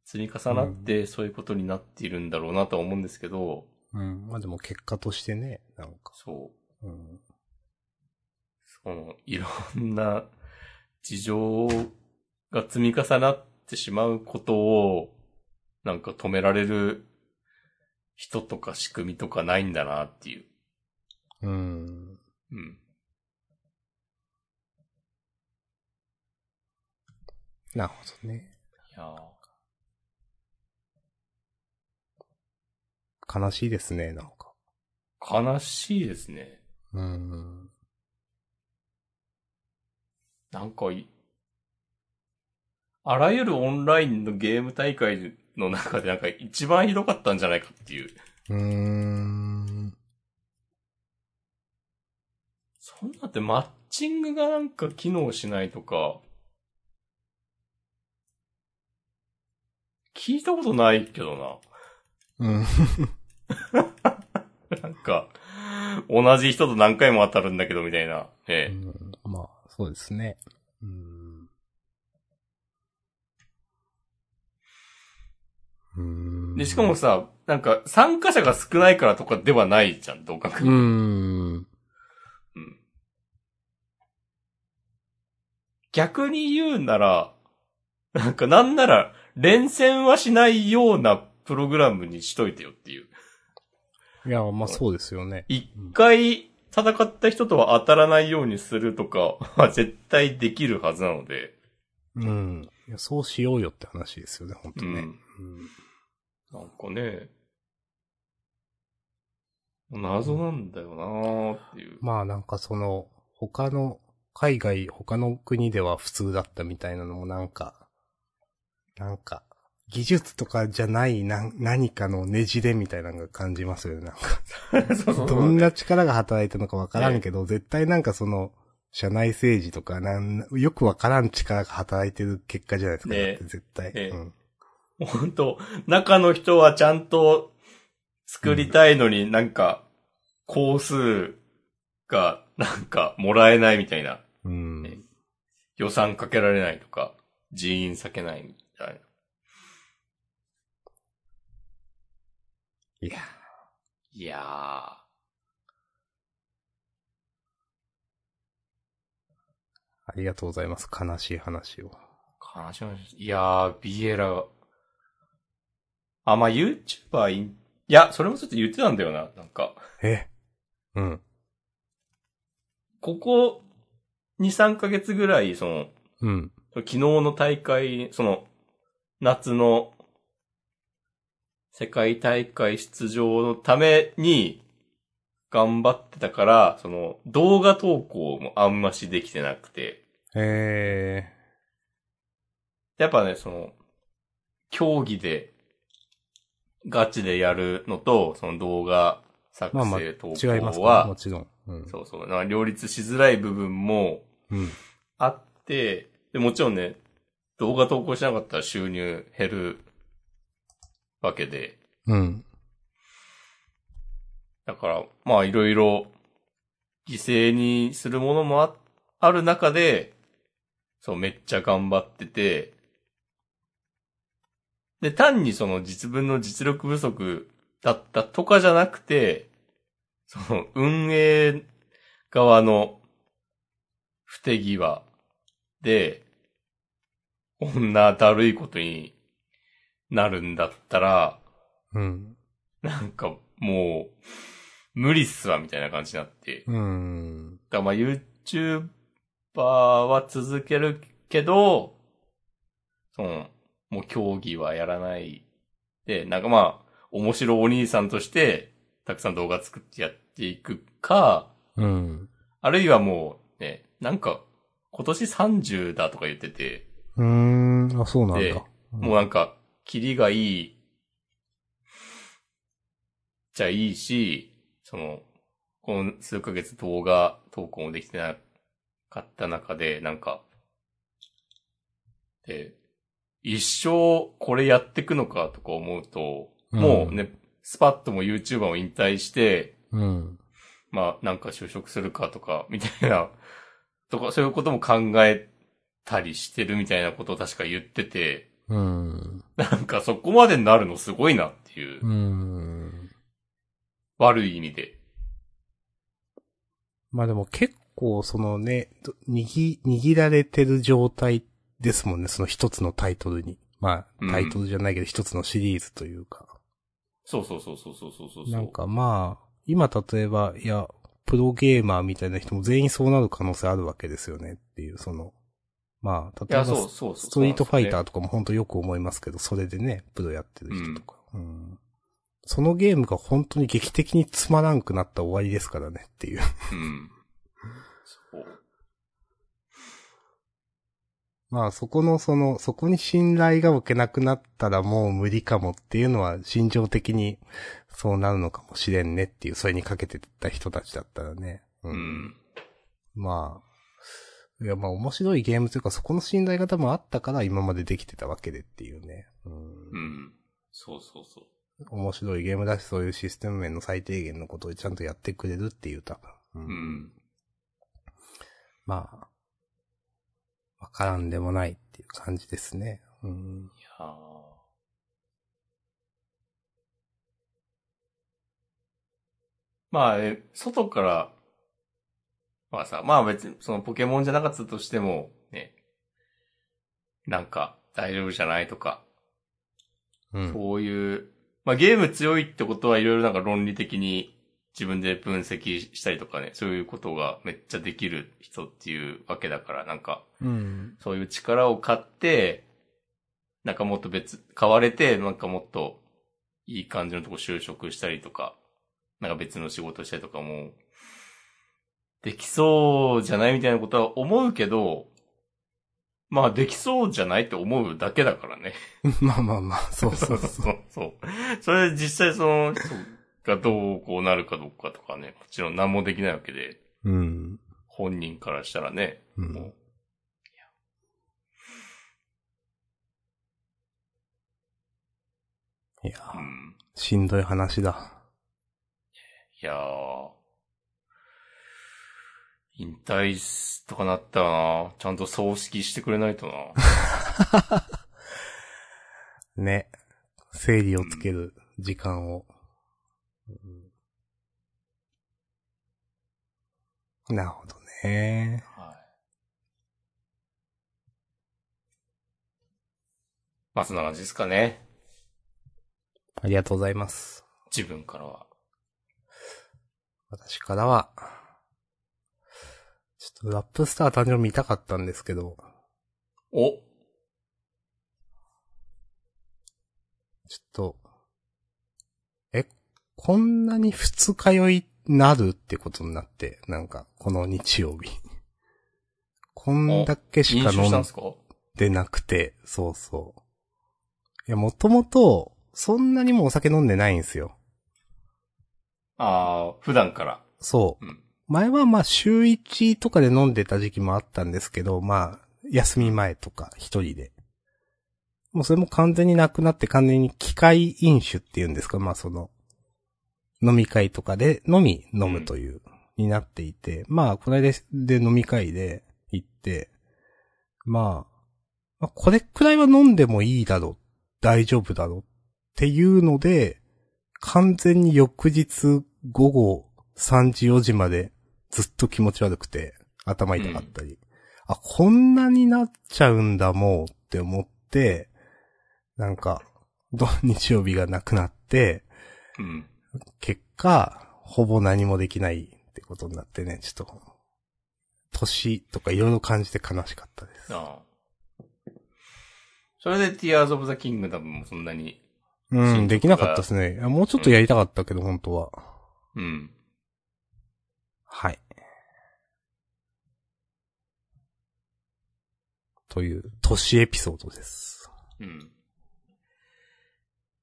Speaker 2: 積み重なってそういうことになっているんだろうなとは思うんですけど、
Speaker 1: うん。まあでも結果としてね、なんか。
Speaker 2: そう。
Speaker 1: うん。
Speaker 2: その、いろんな事情が積み重なってしまうことを、なんか止められる人とか仕組みとかないんだなっていう。
Speaker 1: うん。
Speaker 2: うん。
Speaker 1: なるほどね。
Speaker 2: いやー
Speaker 1: 悲しいですね、なんか。
Speaker 2: 悲しいですね。
Speaker 1: うん。
Speaker 2: なんかい、あらゆるオンラインのゲーム大会の中でなんか一番ひどかったんじゃないかっていう。
Speaker 1: うーん。
Speaker 2: そんなってマッチングがなんか機能しないとか、聞いたことないけど
Speaker 1: うん。
Speaker 2: な。なん か、同じ人と何回も当たるんだけどみたいな。
Speaker 1: う
Speaker 2: ええ。
Speaker 1: んまあ、そうですね。うん。うん。
Speaker 2: で、しかも、さ、なんか参加者が少ないからとかではないじゃん、どうか。
Speaker 1: うーん。
Speaker 2: うん逆に言うなら、なんかなんなら連戦はしないようなプログラムにしといてよっていう。
Speaker 1: いや、まあそうですよね。
Speaker 2: 一回戦った人とは当たらないようにするとか は絶対できるはずなので。
Speaker 1: うん。いや、そうしようよって話ですよね、本
Speaker 2: う
Speaker 1: 当ね。
Speaker 2: ん。なんかね、謎なんだよなーって いう。
Speaker 1: まあなんかその、他の、海外、他の国では普通だったみたいなのもなんか、なんか、技術とかじゃないなん何かのねじれみたいなのが感じますよね、なんか。
Speaker 2: そうそう
Speaker 1: どんな力が働いてるのかわからんけど、絶対なんかその、社内政治とか、なん、よくわからん力が働いてる結果じゃないですか。
Speaker 2: ねえ
Speaker 1: だって絶対。
Speaker 2: ええ
Speaker 1: うん。
Speaker 2: 本当中の人はちゃんと作りたいのになんか、工数がなんかもらえないみたいな。
Speaker 1: うん。
Speaker 2: ね予算かけられないとか、人員避けないみたいな。
Speaker 1: いや。
Speaker 2: いやー。
Speaker 1: ありがとうございます。悲しい話を。
Speaker 2: 悲しみました。いやー、ビエラ。あ、まあ、YouTuber いん、いや、それもちょっと言ってたんだよな。なんか、
Speaker 1: えうん。
Speaker 2: ここ2、3ヶ月ぐらい、その、
Speaker 1: うん。
Speaker 2: 昨日の大会、その、夏の世界大会出場のために頑張ってたから、その、動画投稿もあんましできてなくて。
Speaker 1: え
Speaker 2: やっぱね、その、競技で、ガチでやるのと、その動画作
Speaker 1: まあまあ
Speaker 2: 成投稿
Speaker 1: ー、違いますか
Speaker 2: は、
Speaker 1: もちろん。うん。
Speaker 2: そうそう、なんか両立しづらい部分も
Speaker 1: うん。
Speaker 2: あって、で、もちろんね、動画投稿しなかったら収入減るわけで、
Speaker 1: うん。
Speaker 2: だから、まあいろいろ犠牲にするものもあ、ある中で、そう、めっちゃ頑張ってて、で、単にその実分の実力不足だったとかじゃなくて、その運営側の不手際で、こんなだるいことになるんだったら、
Speaker 1: うん。
Speaker 2: なんかもう、無理っすわ、みたいな感じになって。だか
Speaker 1: うん。
Speaker 2: らまあ YouTuber は続けるけど、その、もう競技はやらない。で、なんかまあ、面白お兄さんとして、たくさん動画作ってやっていくか、
Speaker 1: うん。
Speaker 2: あるいはもうね、なんか、今年30だとか言ってて、
Speaker 1: うーん。あ、そうなん
Speaker 2: で
Speaker 1: だ。
Speaker 2: もうなんか、キリがいい、じゃいいし、その、この数ヶ月動画投稿もできてなかった中で、なんか、で、一生これやってくのかとか思うと、もうね、スパッとも YouTuber を引退して、
Speaker 1: うん。
Speaker 2: まあ、なんか就職するかとか、みたいな、とか、そういうことも考えたりしてるみたいなことを確か言ってて、
Speaker 1: うん。
Speaker 2: なんかそこまでになるのすごいなっていう、
Speaker 1: うん。
Speaker 2: 悪い意味で。
Speaker 1: まあでも結構そのね、ど握、握られてる状態ですもんね、その一つのタイトルに。ま
Speaker 2: うん
Speaker 1: あ、タイトルじゃないけど一つのシリーズというか。
Speaker 2: そうそうそうそうそうそうそう。
Speaker 1: なんかまあ、今例えば、いや、プロゲーマーみたいな人も全員そうなる可能性あるわけですよねっていう、その、まあ、
Speaker 2: い
Speaker 1: 例え
Speaker 2: や、
Speaker 1: ば
Speaker 2: そうそうそう。
Speaker 1: ストリートファイタ
Speaker 2: ー。
Speaker 1: ーとかも本当よく思いますけど、それでね、プロやってる人とか。うんそのゲームが本当に劇的につまらんくなったら終わりですからねっていう。
Speaker 2: うん。そう。
Speaker 1: まあそこのその、そこに信頼が置けなくなったらもう無理かもっていうのは心情的にそうなるのかもしれんねっていう、それにかけてた人たちだったらね。う
Speaker 2: うん。
Speaker 1: まあ、いやまあ面白いゲームというかそこの信頼が多分あったから今までできてたわけでっていうね。うん
Speaker 2: うん。そうそうそう。
Speaker 1: 面白いゲームだし、そういうシステム面の最低限のことをちゃんとやってくれるっていう多分。う
Speaker 2: う。ん。
Speaker 1: まあ、わからんでもないっていう感じですね。うん。
Speaker 2: いやーまあ、え外から、まあさ、まあ別に、そのポケモンじゃなかったとしても、ね、なんか、大丈夫じゃないとか、
Speaker 1: うん。
Speaker 2: そういう、まあゲーム強いってことはいろいろなんか論理的に自分で分析したりとかね、そういうことがめっちゃできる人っていうわけだから、なんか、
Speaker 1: うん。
Speaker 2: そういう力を買って、なんかもっと別、買われて、なんかもっといい感じのとこ就職したりとか、なんか別の仕事したりとかも、できそうじゃないみたいなことは思うけど、まあできそうじゃないって思うだけだからね。
Speaker 1: まあまあまあ、そうそうそう。
Speaker 2: そう。そう。それで実際その人がどうこうなるかどうかとかね、もちろん何もできないわけで、
Speaker 1: うん。
Speaker 2: 本人からしたらね、
Speaker 1: う。
Speaker 2: もうん
Speaker 1: いや
Speaker 2: う
Speaker 1: ー、
Speaker 2: ん、
Speaker 1: しんどい話だ。
Speaker 2: いやー。引退すとかなったらな。ちゃんと葬式してくれない とな。
Speaker 1: ね。整理をつける時間を。うんなるほどね。
Speaker 2: はい。まあそんな感じですかね。
Speaker 1: ありがとうございます。
Speaker 2: 自分からは。
Speaker 1: 私からは、ちょっとラップスター誕生日見たかったんですけど、
Speaker 2: お
Speaker 1: ちょっと、え、こんなに二日酔いなるってことになって、なんか、この日曜日。 こんだけし
Speaker 2: 飲
Speaker 1: か
Speaker 2: 酒し
Speaker 1: 飲
Speaker 2: た
Speaker 1: ん
Speaker 2: んですか
Speaker 1: でなくて、そうそう。いや、もともと、そんなにもお酒飲んでないんですよ。
Speaker 2: ああ、普段から。
Speaker 1: そう。
Speaker 2: うん
Speaker 1: 前はまあ週1とかで飲んでた時期もあったんですけど、まあ、休み前とか一人で。もうそれも完全になくなって完全に機械飲酒っていうんですか、まあその、飲み会とかでのみ飲むという、になっていて、まあ、この間で飲み会で行って、まあ、まあ、これくらいは飲んでもいいだろう、大丈夫だろうっていうので、完全に翌日午後3時4時までずっと気持ち悪くて頭痛かったり、あ、こんなになっちゃうんだもうって思って、なんか、土日曜日がなくなって、
Speaker 2: うん。
Speaker 1: 結果、ほぼ何もできないってことになってね、ちょっと、年とかいろいろ感じて悲しかったです。
Speaker 2: ああ。それで Tears of the Kingdom もそんなに、
Speaker 1: うん、できなかったですね。いやもうちょっとやりたかったけど、本当は。
Speaker 2: うん。
Speaker 1: はい。という、年エピソードです。
Speaker 2: うん。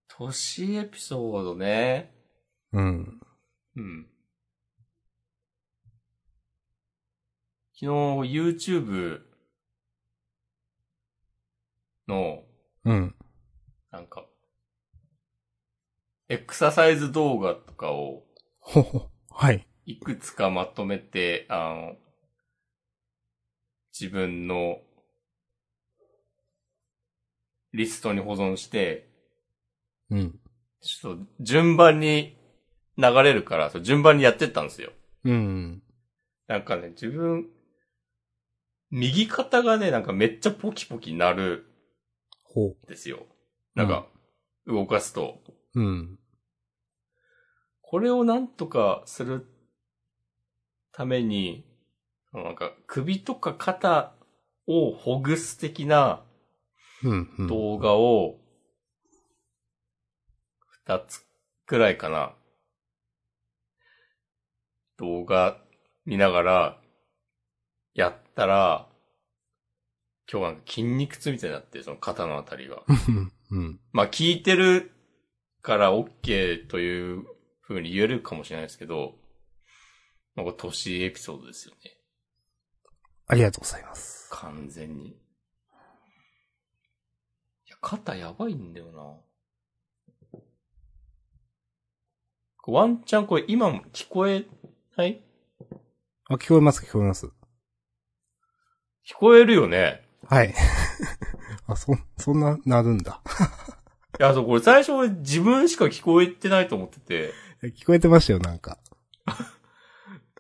Speaker 2: 年エピソードね。
Speaker 1: うん。
Speaker 2: うん。昨日 YouTube の、
Speaker 1: うん。
Speaker 2: なんか、エクササイズ動画とかを
Speaker 1: ほほ。はい。
Speaker 2: いくつかまとめて、あの、自分のリストに保存して、
Speaker 1: うん。
Speaker 2: ちょっと順番に流れるから、そう順番にやってったんですよ。
Speaker 1: うん。
Speaker 2: なんかね、自分、右肩がね、なんかめっちゃポキポキ鳴る
Speaker 1: ほう。
Speaker 2: んですよ。なんか、動かすと。
Speaker 1: うん。
Speaker 2: これをなんとかするために、なんか首とか肩をほぐす的な
Speaker 1: うん。うん。
Speaker 2: 動画を、二つくらいかな。動画見ながら、やったら、今日はなんか筋肉痛みたいになって、その肩のあたりが。
Speaker 1: うん。うん。
Speaker 2: まあ聞いてるから OK という風に言えるかもしれないですけど、なんか年エピソードですよね。
Speaker 1: ありがとうございます。
Speaker 2: 完全に。いや、肩やばいんだよな。これワンチャンこれ今も聞こえない
Speaker 1: あ、聞こえます、聞こえます。
Speaker 2: 聞こえるよね。
Speaker 1: はい。あ、そ、そんな、なるんだ。
Speaker 2: いや、そう、これ最初俺自分しか聞こえてないと思ってて、
Speaker 1: 聞こえてましたよ、なんか。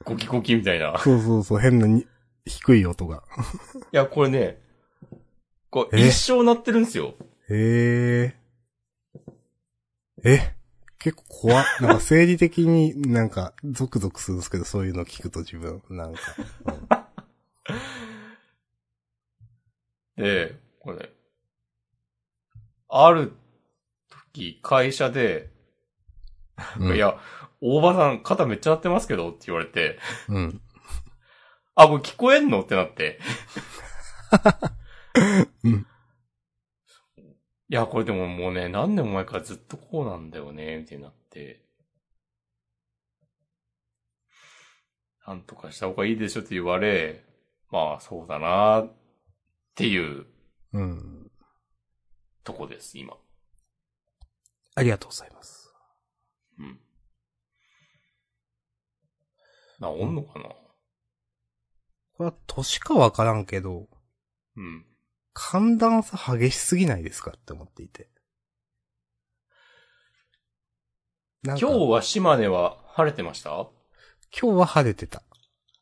Speaker 2: ゴキゴキみたいな。
Speaker 1: そうそうそう、変なに、低い音が。
Speaker 2: いや、これね、こう
Speaker 1: え
Speaker 2: 一生鳴ってるんですよ。
Speaker 1: へえ。え、結構怖っなんか生理的になんか、ゾクゾクするんですけど、そういうの聞くと自分、なんか。
Speaker 2: で、これ、ある時、会社で、
Speaker 1: うん、
Speaker 2: い。や、大場さん肩めっちゃ鳴ってますけどって言われて、
Speaker 1: うん。
Speaker 2: あ、これ聞こえんのってなって。
Speaker 1: うん
Speaker 2: いや、これでももうね、何年も前からずっとこうなんだよね、みたいになって。なんとかした方がいいでしょって言われ、まあそうだなっていう
Speaker 1: うん。
Speaker 2: とこです、今。
Speaker 1: ありがとうございます。
Speaker 2: うん。な、おんのかな
Speaker 1: これは年かわからんけど、
Speaker 2: うん。
Speaker 1: 寒暖差激しすぎないですかって思っていて。今
Speaker 2: 今日は島根は晴れてましたあ
Speaker 1: 今日は晴れてた。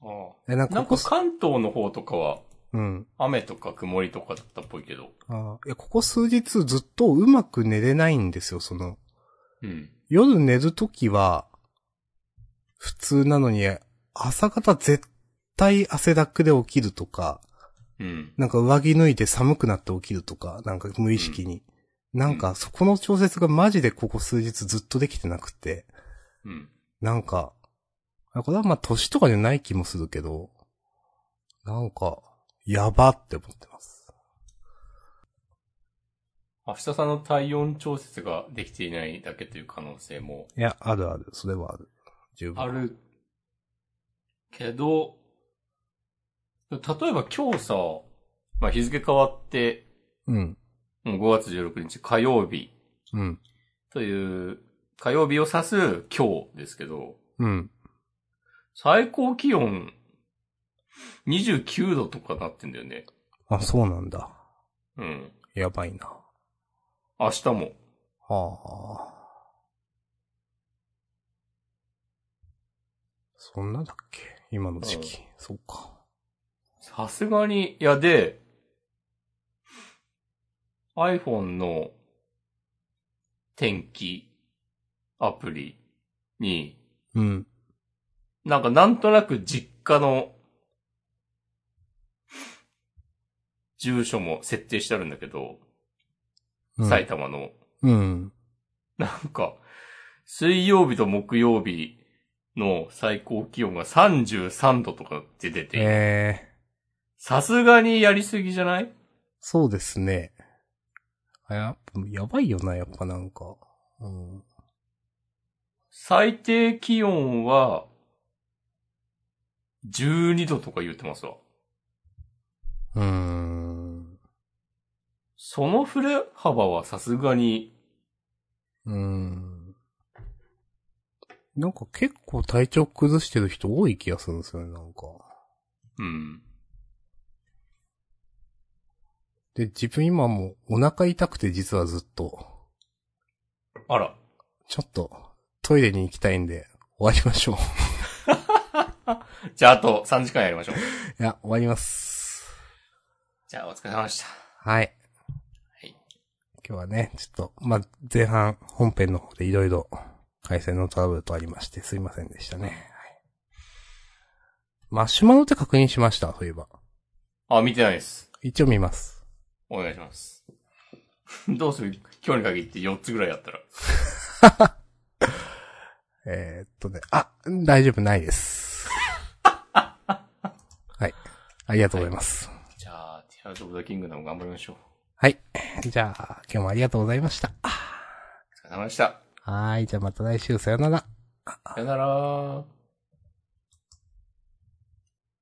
Speaker 2: あ。
Speaker 1: え、なんか
Speaker 2: なん
Speaker 1: こ
Speaker 2: か
Speaker 1: こ、
Speaker 2: 関東の方とかは
Speaker 1: うん。
Speaker 2: 雨とか曇りとかだったっぽいけど。
Speaker 1: あーいや、ここ数日ずっとうまく寝れないんですよ、その、
Speaker 2: うん。
Speaker 1: 夜寝るときは、普通なのに、朝方絶対汗だくで起きるとか、
Speaker 2: うん。
Speaker 1: なんか上着脱いで寒くなって起きるとか、なんか無意識に。なんかそこの調節がマジでここ数日ずっとできてなくて、
Speaker 2: うん。
Speaker 1: なんか、あこれはまあ年とかじゃない気もするけど、なんか、やばって思ってます。
Speaker 2: 明日さんの体温調節ができていないだけという可能性も
Speaker 1: いや、あるある、それはある。十分。
Speaker 2: あるけど、例えば今日さ、まあ、日付変わって、
Speaker 1: うん。
Speaker 2: もう5月16日火曜日
Speaker 1: うん。
Speaker 2: という、火曜日を指す今日ですけど、
Speaker 1: うん。
Speaker 2: 最高気温29度とかなってんだよね。
Speaker 1: あ、そうなんだ。
Speaker 2: うん。
Speaker 1: やばいな。
Speaker 2: 明日も。
Speaker 1: はあ。そんなだっけ今の時期。そうか。
Speaker 2: さすがに、いやで、iPhone の天気アプリに、
Speaker 1: うん。
Speaker 2: なんかなんとなく実家の住所も設定してあるんだけど、
Speaker 1: うん
Speaker 2: 埼玉の。
Speaker 1: うん。
Speaker 2: なんか、水曜日と木曜日の最高気温が33度とかって出て、
Speaker 1: ええー。
Speaker 2: さすがにやりすぎじゃない
Speaker 1: そうですね。あやっぱ、やばいよな、やっぱなんか。うん。
Speaker 2: 最低気温は、12度とか言ってますわ。
Speaker 1: うーん。
Speaker 2: その振れ幅はさすがに、
Speaker 1: うーん。なんか結構体調崩してる人多い気がするんですよね、なんか。
Speaker 2: うん。
Speaker 1: で、自分今もうお腹痛くて実はずっと、
Speaker 2: あら。
Speaker 1: ちょっとトイレに行きたいんで終わりましょう。
Speaker 2: じゃああと3時間やりましょう。
Speaker 1: いや、終わります。
Speaker 2: じゃあお疲れ様でした。
Speaker 1: はい。
Speaker 2: はい
Speaker 1: 今日はね、ちょっと、まあ、前半、本編の方でいろいろ、回線のトラブルとありまして、すいませんでしたね。はい、マシュマロって確認しました、そういえば。
Speaker 2: あ、見てないです。
Speaker 1: 一応見ます。
Speaker 2: お願いします。 どうする今日に限って4つぐらいやったら。
Speaker 1: えー、っとね、あ、大丈夫ない です。はい。ありがとうございます。
Speaker 2: じゃあ、ティアーズ・オブ・ザ・キングダム頑張りましょう。
Speaker 1: はい。じゃあ、今日もありがとうございました。
Speaker 2: お疲れ様でした。
Speaker 1: はーい。じゃあまた来週、さよなら。
Speaker 2: さよなら。